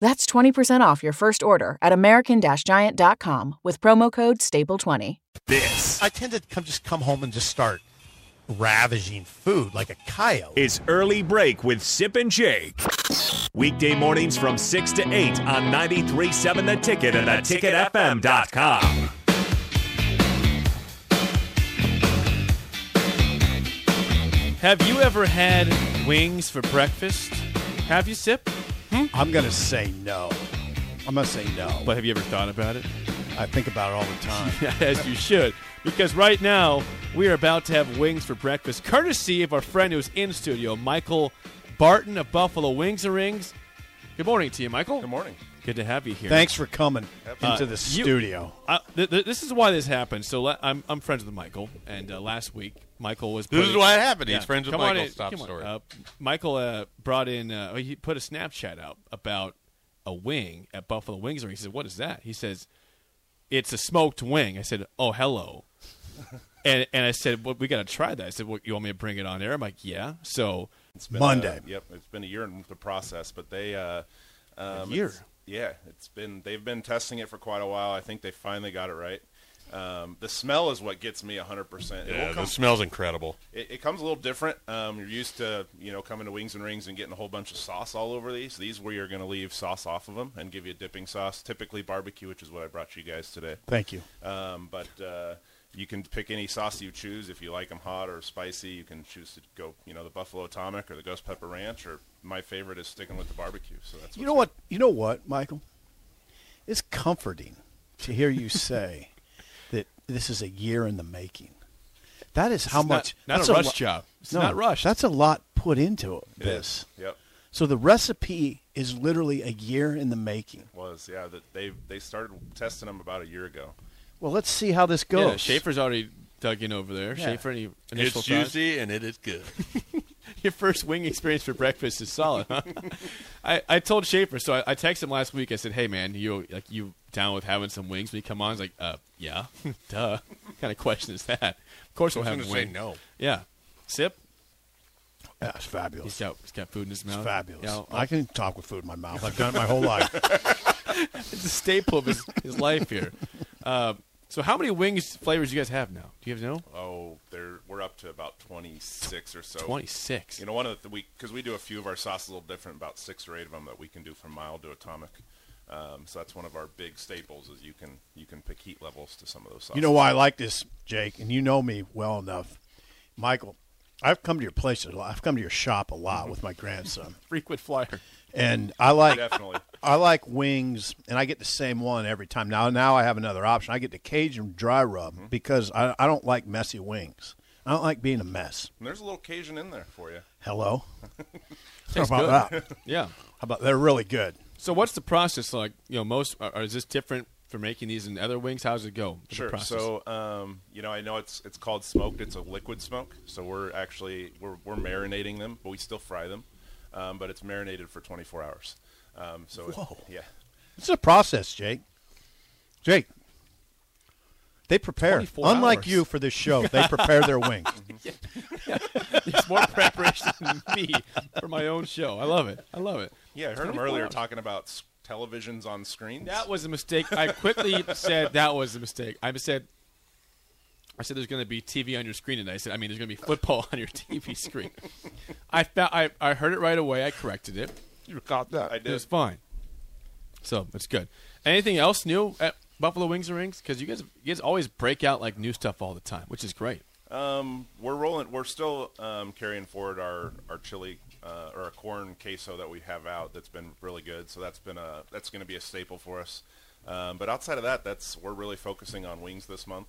That's 20% off your first order at American Giant.com with promo code STAPLE20. This I tend to come just come home and just start ravaging food like a coyote. is Early Break with Sip and Jake. Weekday mornings from 6 to 8 on 93.7 The Ticket and theticketfm.com. Have you ever had wings for breakfast? Have you, Sip? I'm gonna say no. I'm gonna say no. But have you ever thought about it? I think about it all the time. As you should, because right now we are about to have wings for breakfast, courtesy of our friend who's in studio, Michael Barton of Buffalo Wings and Rings. Good morning to you, Michael. Good morning. Good to have you here. Thanks for coming uh, into the you- studio. Uh, th- th- this is why this happened. So la- I'm, I'm friends with Michael, and uh, last week Michael was. This putting- is why it happened. He's Yeah. friends with Come on Michael. in. Stop Come on. story. Uh, Michael uh, brought in. Uh, he put a Snapchat out about a wing at Buffalo Wings, and he said, "What is that?" He says, "It's a smoked wing." I said, "Oh, hello." and and I said, "Well, we got to try that." I said, well, "You want me to bring it on air?" I'm like, "Yeah." So been, Monday. uh, yep, it's been a year in the process, but they uh, um, year. it's- yeah, it's been they've been testing it for quite a while. I think they finally got it right. Um, the smell is what gets me 100%. It, Yeah, will come, this smells incredible. it, it comes a little different. Um, you're used to, you know, coming to Wings and Rings and getting a whole bunch of sauce all over these. These where you're going to leave sauce off of them and give you a dipping sauce, typically barbecue, which is what I brought you guys today. Thank you. Um, but uh, you can pick any sauce you choose. If you like them hot or spicy, you can choose to go, you know, the Buffalo Atomic or the Ghost Pepper Ranch. Or my favorite is sticking with the barbecue. So that's You know what? You know what, Michael? It's comforting to hear you say that this is a year in the making. That is how is not- much. not that's a rush lo- job. It's no, not rushed. That's a lot put into It is. this. Yep, So the recipe is literally a year in the making. was yeah. That they they started testing them about a year ago. Well, let's see how this goes. yeah, Schaefer's already dug in over there. Yeah. Schaefer, any It's initial thoughts? juicy and it is good. your first wing experience for breakfast is solid. Huh? I, I told Schaefer, so I, I texted him last week. I said, "Hey man, you like you down with having some wings when you come on?" He's like, "Uh, yeah, duh." What kind of question is that? Of course we'll I have was a gonna say wing. no. Yeah, sip. That's fabulous. He's got he's got food in his mouth. Fabulous. You know, I can talk with food in my mouth. I've done it my whole life. it's a staple of his, his life here. Uh, so how many wings flavors you guys have now? Do you guys know? Oh, they're we're up to about twenty six or so. Twenty six. You know, one of the we because we do a few of our sauces a little different, about six or eight of them that we can do from mild to atomic. Um, so that's one of our big staples is you can you can pick heat levels to some of those sauces. You know why I like this, Jake, and you know me well enough, Michael. I've come to your place a lot. I've come to your shop a Mm-hmm. lot with my grandson, frequent flyer. and I like Definitely. I like wings, and I get the same one every time. Now, now I have another option. I get the Cajun dry rub Mm-hmm. because I, I don't like messy wings. I don't like being a mess. And there's a little Cajun in there for you. Hello, how Tastes about good. that? Yeah. How about they're really good. So what's the process like? You know, most are, are- is this different for making these and other wings? How does it go? The Sure. process? So, um, you know, I know it's it's called smoked. It's a liquid smoke. So we're actually we're, we're marinating them, but we still fry them. Um, but it's marinated for 24 hours. Um, so it- Whoa. yeah, It's a process, Jake. Jake, They prepare. 24 Unlike hours. Mhm. you for this show, they prepare their wings. It's more preparation than me for my own show. I love it. I love it. Yeah, I heard him earlier talking about s- televisions on screens. That was a mistake. I quickly said that was a mistake. I said, I said there's going to be TV on your screen, and I said, I mean, there's going to be football on your TV screen. I found, I, I heard it right away. I corrected it. You caught that. I It was did. fine. So it's good. Anything else new at Buffalo Wings and Rings? Because you guys, you guys always break out like new stuff all the time, which is great. Um, we're rolling. We're still um, carrying forward our our chili uh, or our corn queso that we have out. That's been really good. So that's been a that's going to be a staple for us. Um, but outside of that, that's we're really focusing on wings this month,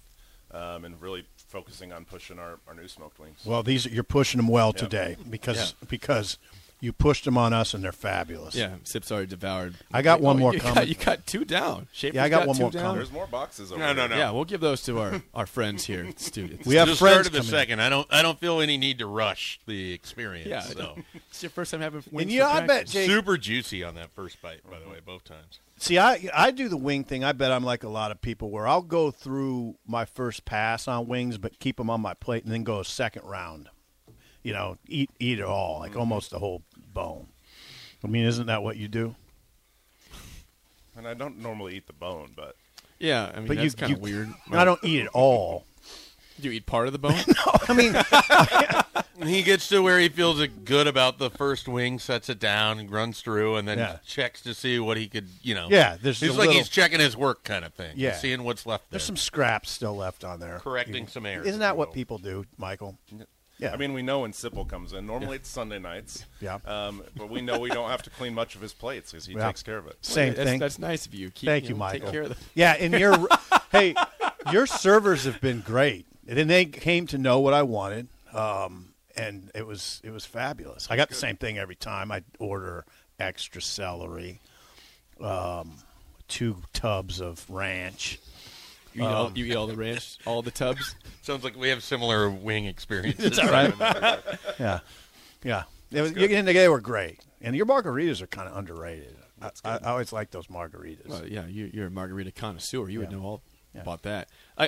um, and really focusing on pushing our, our new smoked wings. Well, these you're pushing them well today because because you pushed them on us and they're fabulous. Yeah, Sips already devoured. I got one one more you Got, comment. you got two down. Schaefer's Yeah, I got got one two more down. comment. There's more boxes over No, no, here. no. Yeah, we'll give those to our, our friends here, at the studio. We have Just friends started the coming. second. I don't. I don't feel any need to rush the experience. Yeah, so. it's your first time having wings. And you know, for I bet breakfast. Jake. super juicy on that first bite. By the way, both times. See, I I do the wing thing. I bet I'm like a lot of people where I'll go through my first pass on wings, but keep them on my plate and then go a second round. You know, eat eat it all, Mm-hmm. like almost the whole bone. I mean, isn't that what you do? And I don't normally eat the bone, but Yeah, I mean, But that's you kind of you- weird. I don't eat it all. Do you eat part of the bone? I mean, He gets to where he feels it good about the first wing, sets it down, and runs through, and then Yeah. checks to see what he could, you know. Yeah, there's he's a like little- he's checking his work kind of thing. Yeah. seeing what's left there. there's some scraps still left on there. correcting some errors. Isn't that if what you will. people do, Michael? Yeah. I mean, we know when Sipple comes in. Normally it's Sunday nights. Yeah. Um, but we know we don't have to clean much of his plates because he Yeah. takes care of it. same that's, thing. That's nice of you. Keep, Thank you, you, know, Michael. Take care of the Yeah, and your hey, your servers have been great, and then they came to know what I wanted, um, and it was it was fabulous. I got the same thing every time. I order extra celery, um, two tubs of ranch. You eat, Um, all, you eat all the ranch, all the tubs. Sounds like we have similar wing experiences. Yeah, yeah. It was, and they were great, and your margaritas are kind of underrated. I, I, I always like those margaritas. Well, yeah, you, you're a margarita connoisseur. You would know all about that. I,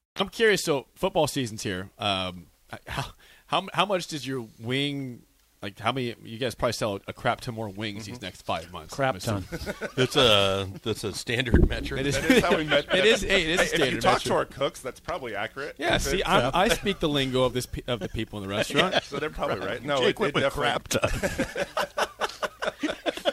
I'm curious. So football season's here. Um, how, how how much does your wing? Like how many? You guys probably sell a crap ton more wings Mm-hmm. these next five months. I'm assuming. that's a that's a standard metric. It is. That is how we met. It is. Hey, it is a If standard. you talk to metric. our cooks, that's probably accurate. Yeah. If See, it- I, I speak the lingo of this pe- of the people in the restaurant. so they're probably right. No, Jake it, it went with crap definitely- ton.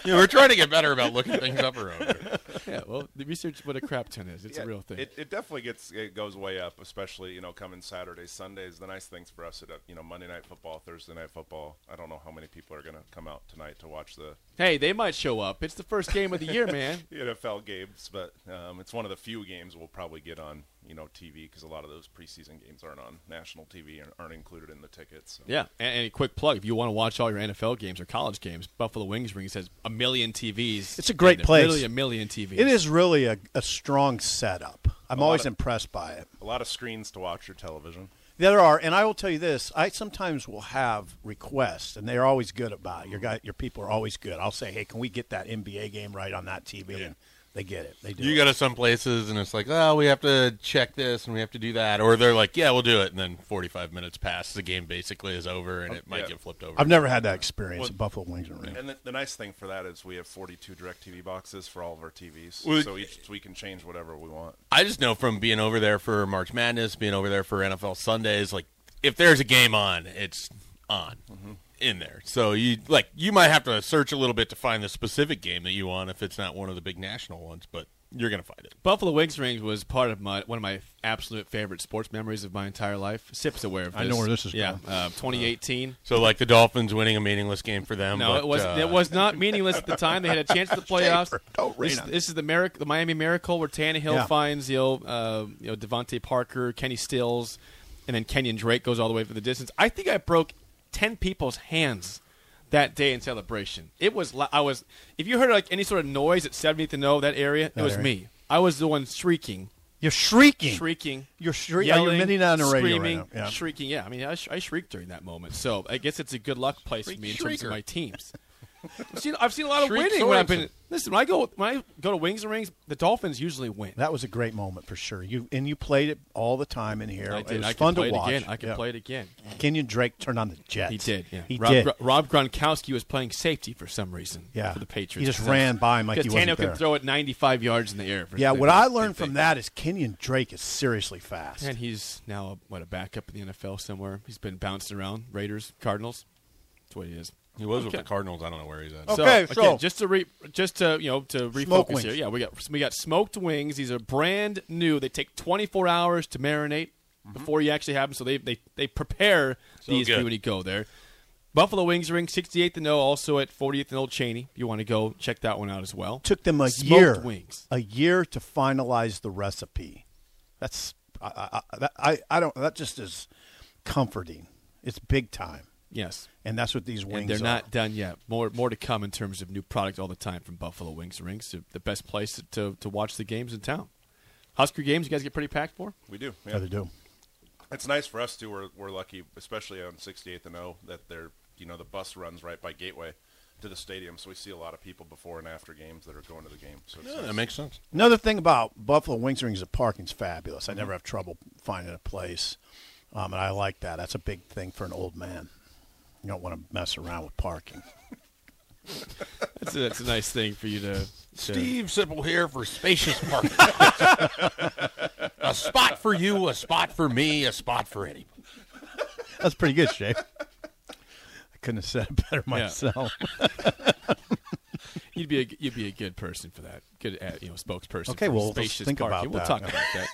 Yeah, we're trying to get better about looking things up around here. Yeah. Well, the research what a crap ton is. It's yeah, a real thing. It, it definitely gets it goes way up, especially you know coming Saturdays, Sundays. The nice things for us at you know Monday night football, Thursday night football. I don't know how many people are going to come out tonight to watch the hey, they might show up. It's the first game of the year, man. NFL games, but um, it's one of the few games we'll probably get on you know TV because a lot of those preseason games aren't on national TV and aren't included in the tickets. So. Yeah, and, and a quick plug: if you want to watch all your NFL games or college games, Buffalo Wings Rings has a million TVs. It's a great And they're place. Literally a million TVs. It is really a, a strong setup. I'm A lot always of- impressed by it. A lot of screens to watch your television. There are, and I will tell you this: I sometimes will have requests, and they're always good about it. Your guy, your people are always good. I'll say, "Hey, can we get that NBA game right on that TV?" And they get it. They do. You it. go to some places and it's like, oh, we have to check this and we have to do that, or they're like, yeah, we'll do it, and then 45 minutes pass, the game basically is over, Oh, and it might yeah. get flipped over. I've never had that experience Well- at Buffalo Wings and Rings. And the, the nice thing for that is we have 42 DirecTV boxes for all of our TVs, Well, so each we can change whatever we want. I just know from being over there for March Madness, being over there for NFL Sundays, like if there's a game on, it's on Mm-hmm. in there. So you like you might have to search a little bit to find the specific game that you want if it's not one of the big national ones, but you're gonna find it. Buffalo Wings Rings was part of my one of my absolute favorite sports memories of my entire life. Sip's aware of this. I know where this is yeah, going. Uh, 2018. So like the Dolphins winning a meaningless game for them. No, but, it was uh, not it was not meaningless at the time. They had a chance at the playoffs. Oh, Don't rain this, on me. this is the, mirac- the Miami Miracle where Tannehill Yeah. finds you know, uh, you know Devontae Parker, Kenny Stills, and then Kenyon Drake goes all the way for the distance. I think I broke ten people's hands that day in celebration. It was lo- I was if you heard like any sort of noise at 70th and O that area, it was area. me. I was the one shrieking, You're shrieking. shrieking, You're shrieking. You're yelling, admitting that on the radio right screaming, now. Yeah. shrieking. Yeah, I mean, I, sh- I shrieked during that moment, so I guess it's a good luck place for me in terms of my teams. I've seen, I've seen a lot of Shriek winning when I've Sorensen. been. Listen, when I go when I go to Wings and Rings, the Dolphins usually win. That was a great moment for sure. You and you played it all the time in here. I It did. was I can fun play to it watch. again. I can Yeah. play it again. Kenyon Drake turned on the Jets. He did. Yeah. He Rob, did. Gro- Rob Gronkowski was playing safety for some reason. Yeah. For He the Patriots. just ran by him like he Because wasn't Tannehill there. can throw it 95 yards in the air. For yeah, they- what I they learned from think. that is Kenyon Drake is seriously fast. And he's now a, what a backup in the NFL somewhere. He's been bouncing around Raiders, Cardinals. That's what he is. he was Okay. Oh. with the Cardinals. I don't know where he's at. Okay. so- again, just to re, just to you know to Smoked refocus wings. here. Yeah, we got we got smoked wings. These are brand new. They take 24 hours to marinate Mm-hmm. before you actually have them. So they they they prepare these good. when you go there. Buffalo Wings Ring, 68th and O, also at 40th and Old Cheney. You want to go check that one out as well. took them a Smoked year wings. a year to finalize the recipe that's I, I, that- I, I don't that just is comforting it's big time Yes. and that's what these wings and they're are not done yet. More more to come in terms of new product all the time from Buffalo Wings Rings. The best place to, to watch the games in town. Husker games, you guys get pretty packed for? We do. Yeah, Yeah. they do It's nice for us too. We're, we're lucky, especially on 68th and O, that they're you know the bus runs right by Gateway to the stadium, so we see a lot of people before and after games that are going to the game. So it's Yeah, nice. that makes sense. another thing about buffalo wings and rings the parking's fabulous i never have trouble finding a place um, and i like that that's a big thing for an old man you don't want to mess around with parking That's a, that's a nice thing for you to. to Steve Sipple here for Spacious Park. a spot for you, a spot for me, a spot for anybody. that's pretty good shape i couldn't have said it better myself You'd be a you'd be a good person for that. Good uh, you know spokesperson. Okay, for well, let's spacious think about parking. We'll that. talk about that.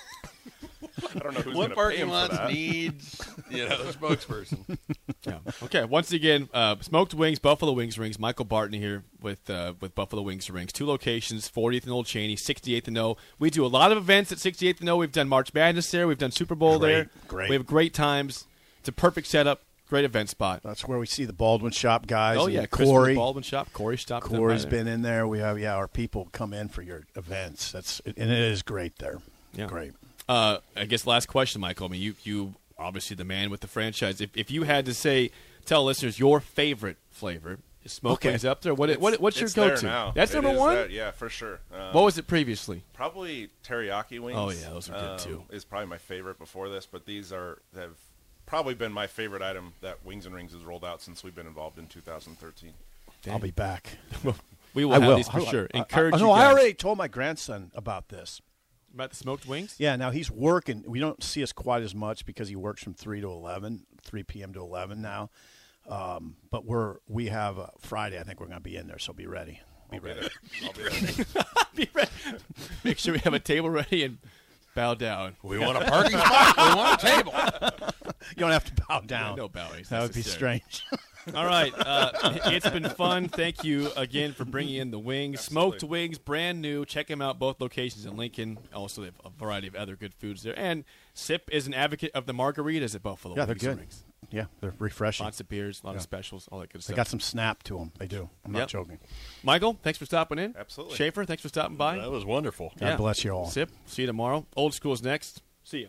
I don't know who's going What to pay parking him for lots that. needs, you know, a spokesperson? Yeah. Okay. Once again, uh, smoked wings, Buffalo Wings rings. Michael Barton here with uh, with Buffalo Wings rings. Two locations: 40th and Old Cheney, 68th and O. We do a lot of events at 68th and O. We've done March Madness there. We've done Super Bowl Great, there. great. We have great times. It's a perfect setup. Great event spot. that's where we see the baldwin shop guys oh and yeah, Christopher corey Baldwin shop. Corey stopped. in Corey's by there. been in there. We have yeah, our people come in for your events. That's and it is great there. Yeah. Great. Uh, I guess last question, Michael. I mean, you you obviously the man with the franchise. If if you had to say, tell listeners your favorite flavor, is smoke Okay. wings up there. What what's It's- what's your it's there go to? now. That's It number is one. that, yeah, for sure. Um, What was it previously? Probably teriyaki wings. Oh, yeah, those are good, um, too. Is probably my favorite before this, but these are have probably been my favorite item that Wings and Rings has rolled out since we've been involved in 2013. I'll be back. We will I have will these for I- sure. I- I- Encourage I, you uh, no, I guys- already told my grandson about this. about the smoked wings. Yeah, now he's working. We don't see us quite as much because he works from three to eleven, three p.m. to eleven now. Um, but we're we have uh, Friday. I think we're going to be in there, so be ready. Be ready. I'll be there. Be ready. Make sure we have a table ready and bow down. We want a parking spot. We want a table. you don't have to bow down. no bowing is That would be necessary. strange. All right. Uh, it's been fun. Thank you again for bringing in the wings. Smoked wings, brand new. Check them out, both locations in Lincoln. Also, they have a variety of other good foods there. And Sip is an advocate of the margaritas at Buffalo yeah, they're Wings and good. Rings. Yeah, they're refreshing. Lots of beers, a lot Yeah. of specials, all that good They stuff. got some snap to them. They do. I'm Yep. not joking. Michael, thanks for stopping in. Absolutely. Schaefer, thanks for stopping by. That was wonderful. God bless you all. Sip. See you tomorrow. Old school's next. See you.